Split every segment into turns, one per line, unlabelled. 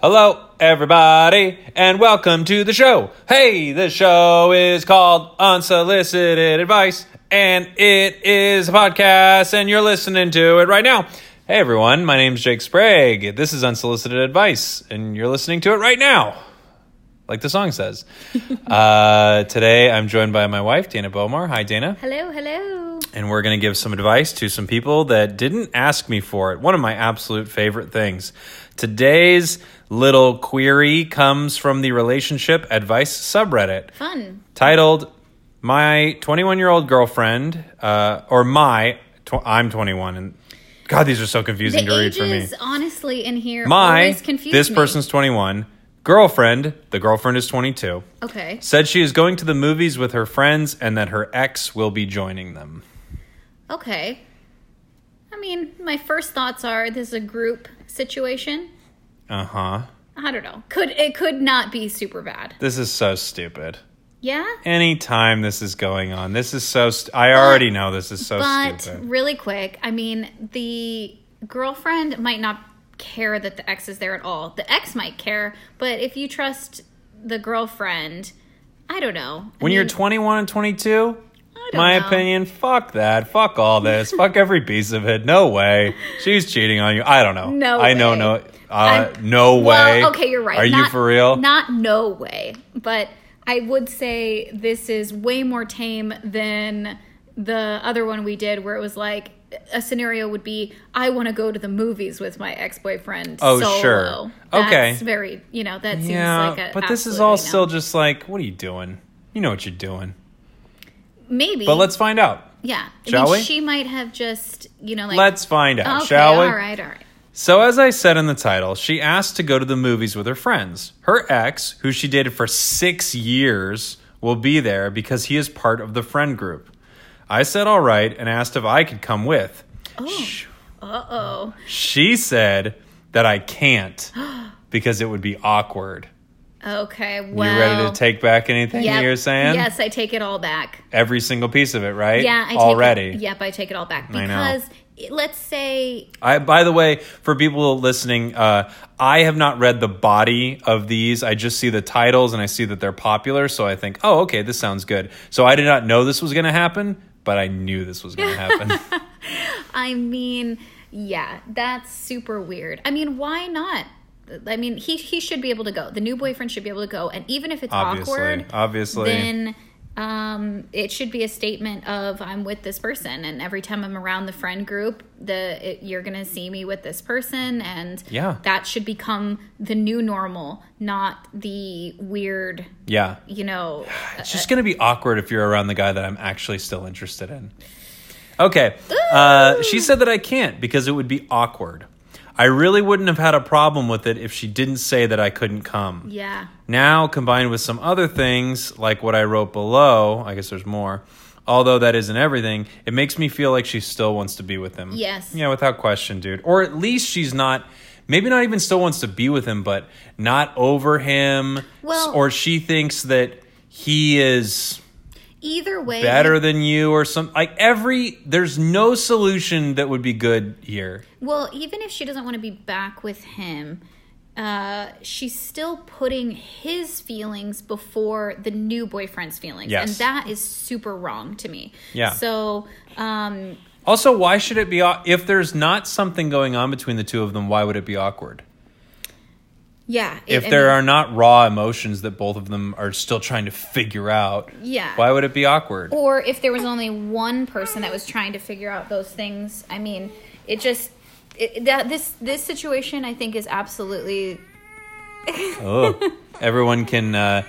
Hello, everybody, and welcome to the show. Hey, the show is called Unsolicited Advice, and it is a podcast, and you're listening to it right now. Hey, everyone, my name's Jake Sprague. This is Unsolicited Advice, and you're listening to it right now, like the song says. uh, today, I'm joined by my wife, Dana Bomar. Hi, Dana.
Hello, hello.
and we're going to give some advice to some people that didn't ask me for it. One of my absolute favorite things. Today's little query comes from the relationship advice subreddit
Fun.
titled My 21 Year Old Girlfriend, uh, or My, tw- I'm 21. And God, these are so confusing to
the
read for me.
ages, honestly, in here
My,
always confuse
this
me.
person's 21. Girlfriend, the girlfriend is 22,
Okay.
said she is going to the movies with her friends and that her ex will be joining them.
Okay. I mean, my first thoughts are this is a group situation.
Uh huh.
I don't know. Could it could not be super bad.
This is so stupid.
Yeah?
Anytime this is going on, this is so. St- I already know this is so
but
stupid.
really quick, I mean, the girlfriend might not care that the ex is there at all. The ex might care, but if you trust the girlfriend, I don't know. I
When you're
mean,
21 and 22,
I don't
my
know.
opinion, fuck that, fuck all this, fuck every piece of it. No way, she's cheating on you. I don't know.
No
I know
way.
no. Uh,
I'm-
no way.
Well, okay, you're right.
Are you
Not-
for real?
Not no way, but I would say this is way more tame than the other one we did, where it was like a scenario would be I want to go to the movies with my ex boyfriend.
Oh,
solo.
sure.
That's
Okay.
very you know that seems
yeah,
like a.
but this is
absolute
all
no.
still just like, what are you doing? You know what you're doing.
maybe.
But let's find out.
yeah.
shall
I mean,
we?
She might have just you know like
Let's find out,
okay,
shall we?
All right, all right.
So, as I said in the title, she asked to go to the movies with her friends. Her ex, who she dated for six years, will be there because he is part of the friend group. I said all right and asked if I could come with.
Oh.
Sh-
Uh oh.
She said that I can't because it would be awkward.
Okay. Well.
you ready to take back anything
Yep.
you're saying?
Yes, I take it all back.
Every single piece of it, right?
Yeah, I
already.
Take it, yep, I take it all back
I know.
because it- let's say
I, by the way, for people listening, uh, I have not read the body of these. I just see the titles and I see that they're popular. So I think, oh, okay, this sounds good. So I did not know this was going to happen, but I knew this was going to happen.
I mean, yeah, that's super weird. I mean, why not? I mean, he he should be able to go. The new boyfriend should be able to go, and even if it's
obviously,
awkward,
obviously,
then um, it should be a statement of I'm with this person, and every time I'm around the friend group, the it, you're gonna see me with this person, and
Yeah.
that should become the new normal, not the weird.
yeah.
You know,
It's just going to be awkward if you're around the guy that I'm actually still interested in. Okay. Uh, she said that I can't because it would be awkward. I really wouldn't have had a problem with it if she didn't say that I couldn't come.
yeah.
Now, combined with some other things like what I wrote below, I guess there's more. Although that isn't everything, it makes me feel like she still wants to be with him.
Yes.
Yeah, without question, dude. Or at least she's not, maybe not even still wants to be with him, but not over him.
Well-
or she thinks that he is
Either way,
better than you or some like every there's no solution that would be good here
Well, even if she doesn't want to be back with him, uh, she's still putting his feelings before the new boyfriend's feelings,
Yes.
and that is super wrong to me.
Yeah.
So, um,
also why should it be au- if there's not something going on between the two of them why would it be awkward
yeah. it-
if
I
there
mean,
are not raw emotions that both of them are still trying to figure out,
Yeah.
why would it be awkward?
or if there was only one person that was trying to figure out those things, I mean, it just it, that this this situation I think is absolutely
Oh, everyone can uh,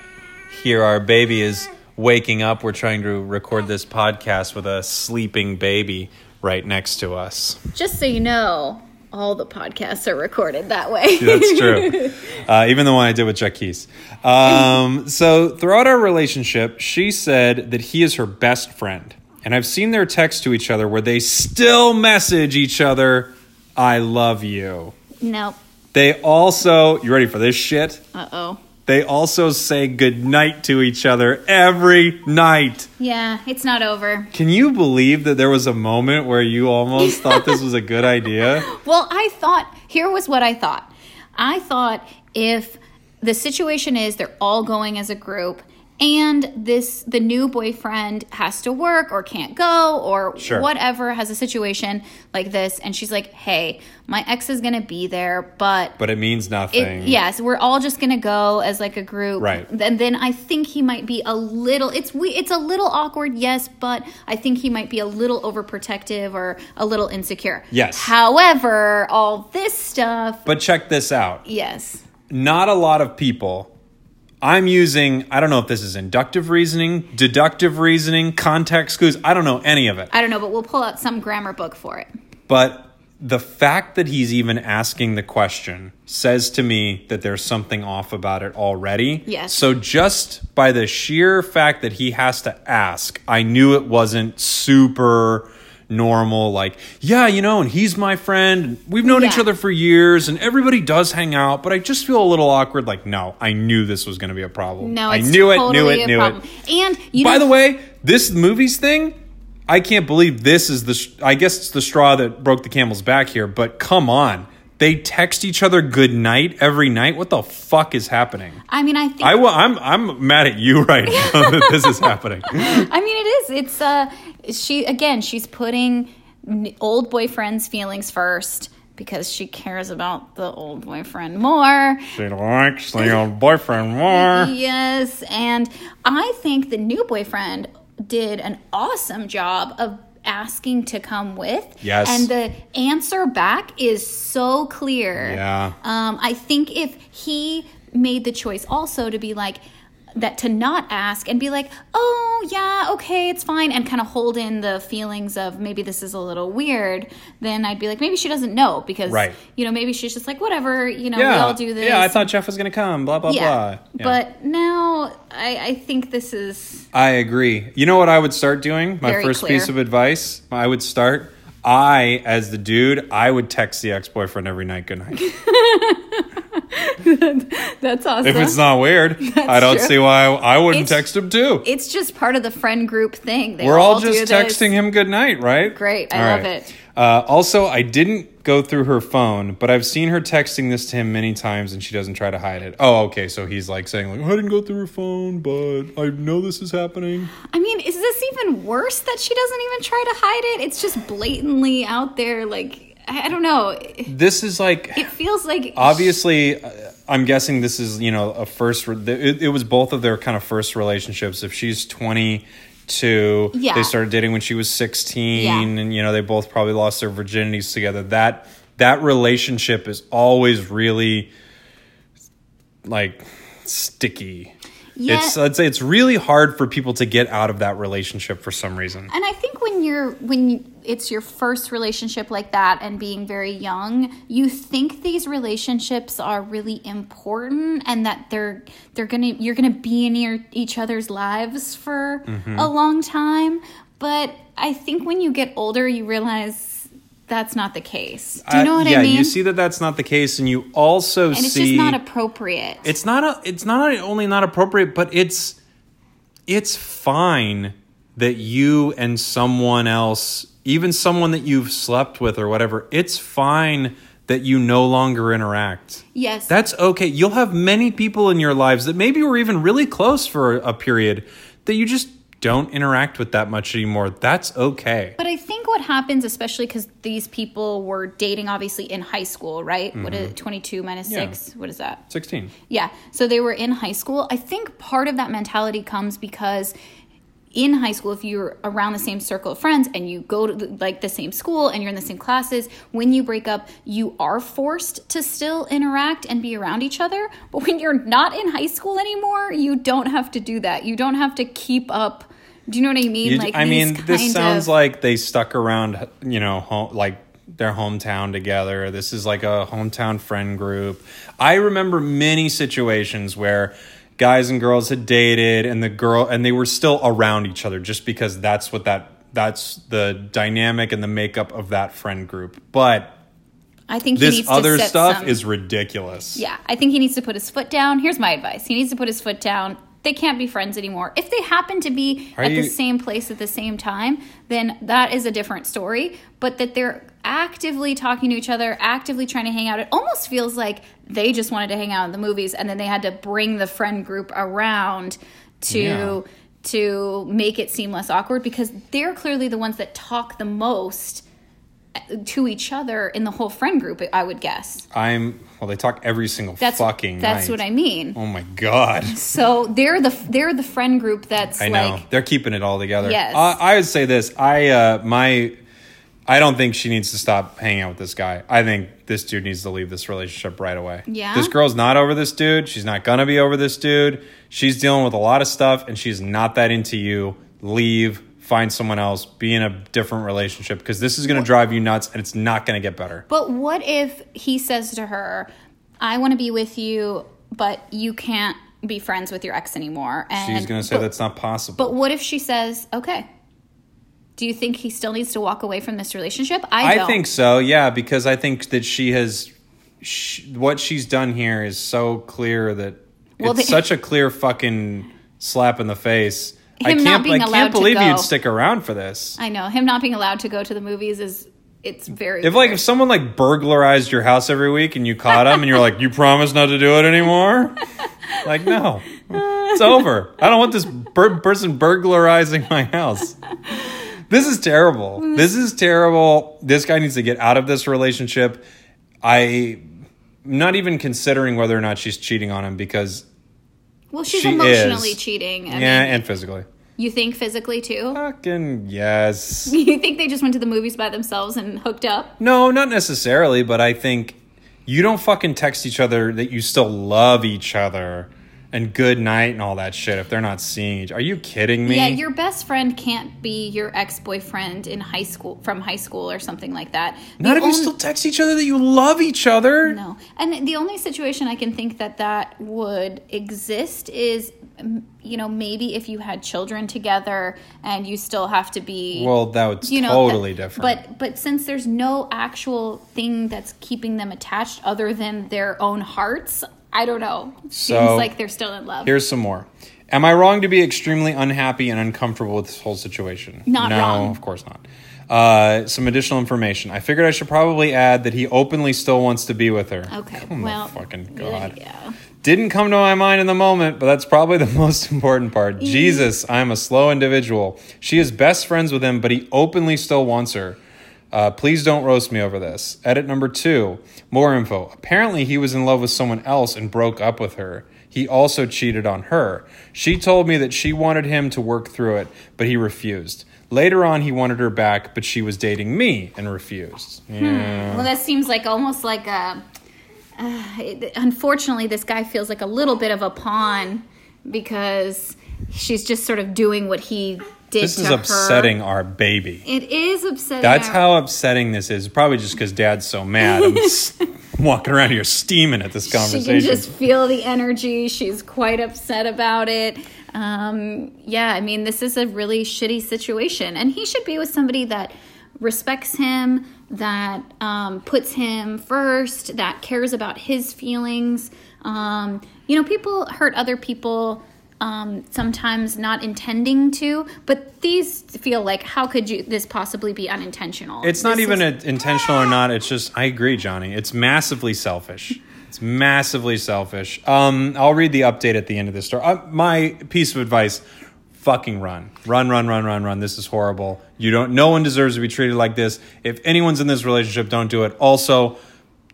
hear our baby is waking up. We're trying to record this podcast with a sleeping baby right next to us.
just so you know, all the podcasts are recorded that way.
That's true. uh, even the one I did with Jackie's. Um, so throughout our relationship, she said that he is her best friend, and I've seen their texts to each other where they still message each other, "I love you."
nope.
They also, you ready for this shit?
Uh oh.
They also say goodnight to each other every night.
Yeah, it's not over.
Can you believe that there was a moment where you almost thought this was a good idea?
Well, I thought, here was what I thought. I thought if the situation is they're all going as a group and this the new boyfriend has to work or can't go or
Sure.
whatever has a situation like this and she's like, "Hey, my ex is going to be there, but
But it means
it-
nothing.
yes, we're all just gonna go as like a group,
Right.
And then I think he might be a little. It's we. It's a little awkward, yes, but I think he might be a little overprotective or a little insecure.
Yes.
However, all this stuff.
But check this out.
Yes.
Not a lot of people. I'm using, I don't know if this is inductive reasoning, deductive reasoning, context clues. I don't know any of it.
I don't know, but we'll pull out some grammar book for it.
But the fact that he's even asking the question says to me that there's something off about it already.
Yes.
So just by the sheer fact that he has to ask, I knew it wasn't super normal like yeah you know and he's my friend and we've known each
Yeah.
other for years and everybody does hang out but i just feel a little awkward like no i knew this was going to be a problem
No,
i
it's
knew it
totally
knew it
a
knew
problem.
it
And you
by
know,
the way, this movies thing, I can't believe this is the. I guess it's the straw that broke the camel's back here. But come on, they text each other good night every night. What the fuck is happening?
I mean, I think
I, am I'm mad at you right now that this is happening.
I mean, it is. It's uh, she again. She's putting n- old boyfriend's feelings first because she cares about the old boyfriend more.
She likes the old boyfriend more.
Yes, and I think the new boyfriend did an awesome job of asking to come with.
Yes.
and the answer back is so clear.
Yeah.
Um, I think if he made the choice also to be like that to not ask and be like, oh yeah, okay, it's fine, and kind of hold in the feelings of maybe this is a little weird, then I'd be like, maybe she doesn't know because
Right.
you know maybe she's just like whatever, you know, we
Yeah,
all do this.
yeah. I thought Jeff was gonna come. Blah blah
yeah.
blah. Yeah.
But now I, I think this is
I agree. You know what I would start doing? My
Very
first
clear.
piece of advice I would start. I, as the dude, I would text the ex boyfriend every night, good night.
that's awesome.
If it's not weird, I don't
true.
see why I, I wouldn't
It's-
text him too.
It's just part of the friend group thing. They
We're all
do
just
this.
texting him good night, right?
Great. I
All
love
right.
it.
Uh, also, I didn't go through her phone, but I've seen her texting this to him many times, and she doesn't try to hide it. Oh, okay. So he's like saying, like, I didn't go through her phone, but I know this is happening.
I mean, is this even worse that she doesn't even try to hide it? It's just blatantly out there. Like, I I don't know. It
This is like
it feels like
obviously uh, i'm guessing this is you know a first re- it, it was both of their kind of first relationships if she's 22
Yeah.
they started dating when she was 16
Yeah.
and you know they both probably lost their virginities together that that relationship is always really like sticky
Yeah.
it's I'd say it's really hard for people to get out of that relationship for some reason
and I think when you're when you, it's your first relationship like that and being very young, you think these relationships are really important and that they're they're gonna you're gonna be in your, each other's lives for
Mm-hmm.
a long time. But I think when you get older, you realize that's not the case. Do you know
Uh,
what
yeah
I mean?
you see that that's not the case and you also
and
see
it's just not appropriate.
it's not a, it's not only not appropriate but it's it's fine that you and someone else even someone that you've slept with or whatever it's fine that you no longer interact
yes.
that's okay you'll have many people in your lives that maybe were even really close for a period that you just don't interact with that much anymore that's okay
but I think what happens, especially because these people were dating obviously in high school, right? What
Mm-hmm.
is 22 minus
Yeah.
6? What is that?
16
Yeah. So they were in high school. I think part of that mentality comes because in high school, if you're around the same circle of friends and you go to like the same school and you're in the same classes, when you break up, you are forced to still interact and be around each other. But when you're not in high school anymore, you don't have to do that. You don't have to keep up. Do you know what I mean?
You- I
these
mean, this
kind
sounds
of-
like they stuck around, you know, home, like their hometown together. This is like a hometown friend group. I remember many situations where guys and girls had dated and the girl and they were still around each other just because that's what that that's the dynamic and the makeup of that friend group. But
I think he
this
needs
other
to set
stuff
some-
is ridiculous.
Yeah, I think he needs to put his foot down. Here's my advice: he needs to put his foot down. They can't be friends anymore. If they happen to be
Are
at
you-
the same place at the same time, then that is a different story. But that they're actively talking to each other, actively trying to hang out. It almost feels like they just wanted to hang out in the movies and then they had to bring the friend group around to
Yeah.
to make it seem less awkward because they're clearly the ones that talk the most to each other in the whole friend group, I would guess.
I'm well. They talk every single
That's
fucking.
that's
night.
what I mean.
Oh my god.
So they're the they're the friend group that's
I know
like
they're keeping it all together.
Yes.
I, I would say this. I uh, my I don't think she needs to stop hanging out with this guy. I think this dude needs to leave this relationship right away.
Yeah?
This girl's not over this dude. She's not gonna be over this dude. She's dealing with a lot of stuff, and she's not that into you. Leave. Find someone else. Be in a different relationship because this is gonna drive you nuts, and it's not gonna get better.
But what if he says to her, "I want to be with you, but you can't be friends with your ex anymore." And
She's gonna say
but,
that's not possible.
But what if she says, "Okay"? Do you think he still needs to walk away from this relationship? I,
I
don't.
think so, yeah, because I think that she has sh what she's done here is so clear that
Well,
it's
they-
such a clear fucking slap in the face. I
Him
can't,
not being
I
allowed
can't
to
believe
go.
you'd stick around for this.
I know him not being allowed to go to the movies is it's very
If like if someone like burglarized your house every week and you caught them and you're like, you promise not to do it anymore, like no, it's over. I don't want this bur- person burglarizing my house. This is terrible. This is terrible. This guy needs to get out of this relationship. I'm not even considering whether or not she's cheating on him because
well, she's
she
emotionally
is.
cheating. I
yeah,
mean,
and physically.
you think physically too?
Fucking yes.
you think they just went to the movies by themselves and hooked up?
No, not necessarily, but I think you don't fucking text each other that you still love each other and good night and all that shit if they're not seeing each. Are you kidding me?
Yeah, your best friend can't be your ex boyfriend in high school from high school or something like that. The
not if you
only-
still text each other that you love each other.
no. And the only situation I can think that that would exist is, mm, you know, maybe if you had children together and you still have to be.
Well, that's
you know,
totally
th-
different.
But but since there's no actual thing that's keeping them attached other than their own hearts, I don't know.
So,
Seems like they're still in love.
here's some more. Am I wrong to be extremely unhappy and uncomfortable with this whole situation?
Not
no,
wrong.
of course not. Uh, some additional information. I figured I should probably add that he openly still wants to be with her.
Okay.
Come the
well,
Oh fucking
there
god.
you go.
Didn't come to my mind in the moment, but that's probably the most important part. Jesus, I'm a slow individual. She is best friends with him, but he openly still wants her. Uh, please don't roast me over this. Edit number two. More info. Apparently, he was in love with someone else and broke up with her. He also cheated on her. She told me that she wanted him to work through it, but he refused. Later on, he wanted her back, but she was dating me and refused. Yeah.
Well, that seems like almost like a. Uh, it, unfortunately, this guy feels like a little bit of a pawn because she's just sort of doing what he did.
This
to
is
her.
upsetting our baby.
It is upsetting.
That's
our-
how upsetting this is. Probably just because Dad's so mad. I'm s- walking around here steaming at this
she
conversation.
can just feel the energy. She's quite upset about it. Um, yeah, I mean, this is a really shitty situation, and he should be with somebody that respects him, that um, puts him first, that cares about his feelings. Um, you know, people hurt other people. Um, sometimes not intending to, but these feel like how could you this possibly be unintentional?
it's not
This
even
is-
a, intentional or not. It's just I agree, Johnny. It's massively selfish. It's massively selfish. Um, I'll read the update at the end of this story. Uh, my piece of advice: fucking run, run, run, run, run, run. This is horrible. You don't. No one deserves to be treated like this. If anyone's in this relationship, don't do it. Also,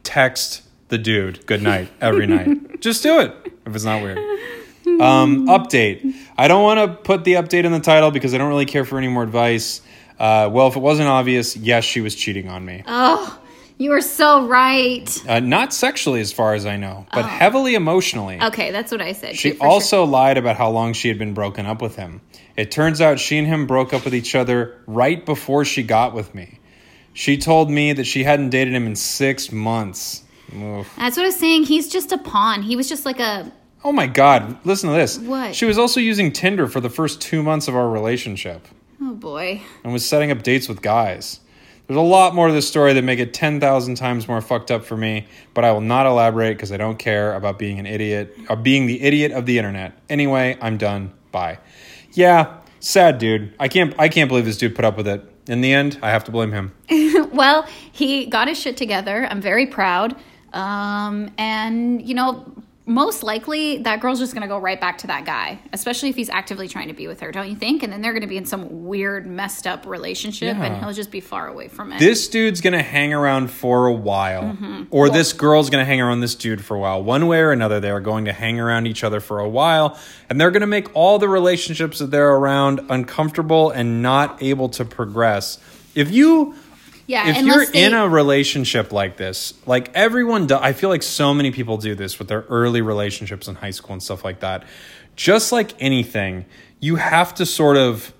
text the dude good night every night. Just do it if it's not weird. Um,
Mm.
update. I don't want to put the update in the title because I don't really care for any more advice. Uh, well, if it wasn't obvious, yes, she was cheating on me.
Oh, you are so right.
Uh, not sexually, as far as I know, but heavily emotionally.
oh. Okay, that's what I said.
She
too, for sure.
also lied about how long she had been broken up with him. It turns out she and him broke up with each other right before she got with me. She told me that she hadn't dated him in six months. Oof.
That's what I was saying. He's just a pawn. He was just like a.
Oh my God, listen to this.
What?
She was also using Tinder for the first two months of our relationship.
Oh boy.
and was setting up dates with guys. There's a lot more to this story that make it 10,000 times more fucked up for me, but I will not elaborate because I don't care about being an idiot, or being the idiot of the internet. Anyway, I'm done. Bye. Yeah, sad dude. I can't I can't believe this dude put up with it. In the end, I have to blame him.
well, he got his shit together. I'm very proud. Um, and, you know, most likely that girl's just going to go right back to that guy, especially if he's actively trying to be with her, don't you think? And then they're going to be in some weird, messed up relationship and
Yeah.
he'll just be far away from it.
This dude's gonna hang around for a while, or this girl's gonna hang around this dude for a while. One way or another, they are going to hang around each other for a while, and they're gonna make all the relationships that they're around uncomfortable and not able to progress. If you
yeah,
if
unless
you're
they,
in a relationship like this, like everyone do, I feel like so many people do this with their early relationships in high school and stuff like that. Just like anything, you have to sort of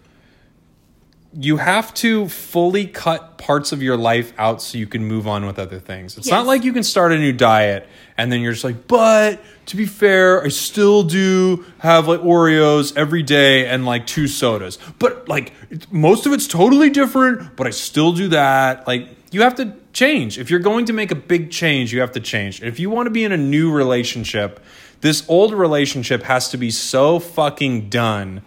you have to fully cut parts of your life out so you can move on with other things. It's not
Yes.
like you can start a new diet and then you're just like, "But to be fair, I still do have like Oreos every day and like two sodas. But like it's- most of it's totally different, but I still do that." Like you have to change. If you're going to make a big change, you have to change. If you want to be in a new relationship, this old relationship has to be so fucking done.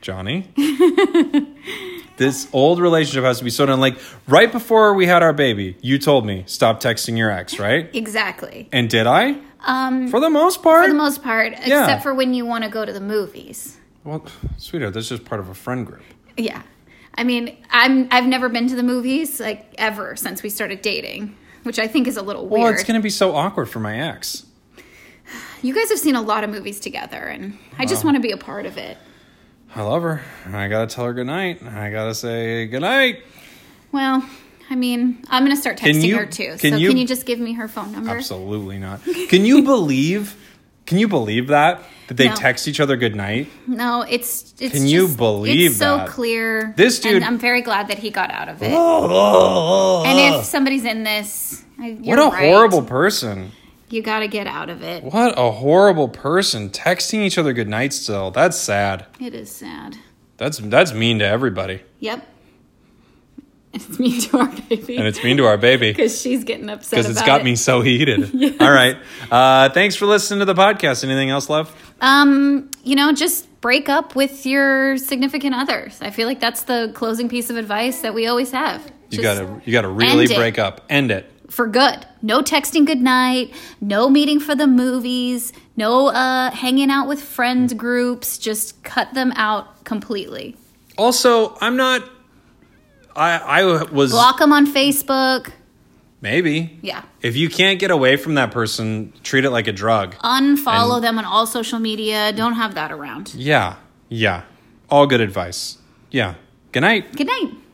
Johnny. this old relationship has to be so done. Like right before we had our baby, you told me stop texting your ex, right?
exactly.
And did I?
Um,
For the most part.
for the most part,
Yeah.
except for when you want to go to the movies.
well, sweetheart, that's just part of a friend group.
Yeah. I mean, I'm I've never been to the movies like ever since we started dating, which I think is a little weird.
Well, it's going to be so awkward for my ex.
You guys have seen a lot of movies together, and I just want to be a part of it.
I love her. and I got to tell her goodnight. and I got to say goodnight.
Well, I mean, I'm gonna start texting
you-
her too.
can
so
you-
can you just give me her phone number?
Absolutely not. Can you believe can you believe that that they
No.
text each other goodnight?
No, it's it's.
Can you
just-
believe
it's so
that?
clear?
This dude-
And I'm very glad that he got out of it. and if somebody's in this, I,
what
you're
a
right.
horrible person.
You gotta get out of it.
What a horrible person texting each other goodnight still. That's sad.
It is sad.
That's that's mean to everybody.
Yep. It's mean to our baby.
And it's mean to our baby
because she's getting upset.
because it's
about
got
it.
me so heated. All right. Uh, thanks for listening to the podcast. Anything else, love?
Um, you know, just break up with your significant others. I feel like that's the closing piece of advice that we always have.
You
Just
gotta you gotta really
end it.
break up. End it.
for good. No texting goodnight, no meeting for the movies, no uh hanging out with friends groups, just cut them out completely.
Also, I'm not I I was
Block them on Facebook.
maybe.
Yeah.
If you can't get away from that person, treat it like a drug.
Unfollow them on all social media. Don't have that around.
Yeah. Yeah. All good advice. Yeah. Good night.
Good night.